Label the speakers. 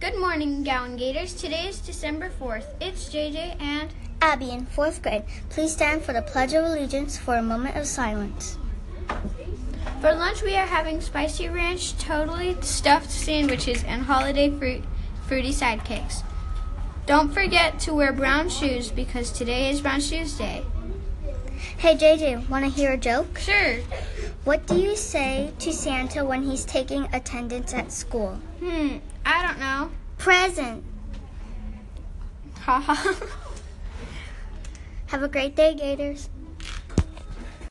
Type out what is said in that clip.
Speaker 1: Good morning, Gown Gators. Today is December 4th. It's JJ and
Speaker 2: Abby in fourth grade, please stand for the Pledge of Allegiance for a moment of silence.
Speaker 1: for lunch we are having spicy ranch, totally stuffed sandwiches, and holiday fruit, fruity sidekicks. Don't forget to wear brown shoes because today is Brown Shoes Day.
Speaker 2: Hey JJ, want to hear a joke?
Speaker 1: Sure.
Speaker 2: What do you say to Santa when he's taking attendance at school?
Speaker 1: Hmm, I don't know.
Speaker 2: Present!
Speaker 1: Haha.
Speaker 2: Have a great day, Gators.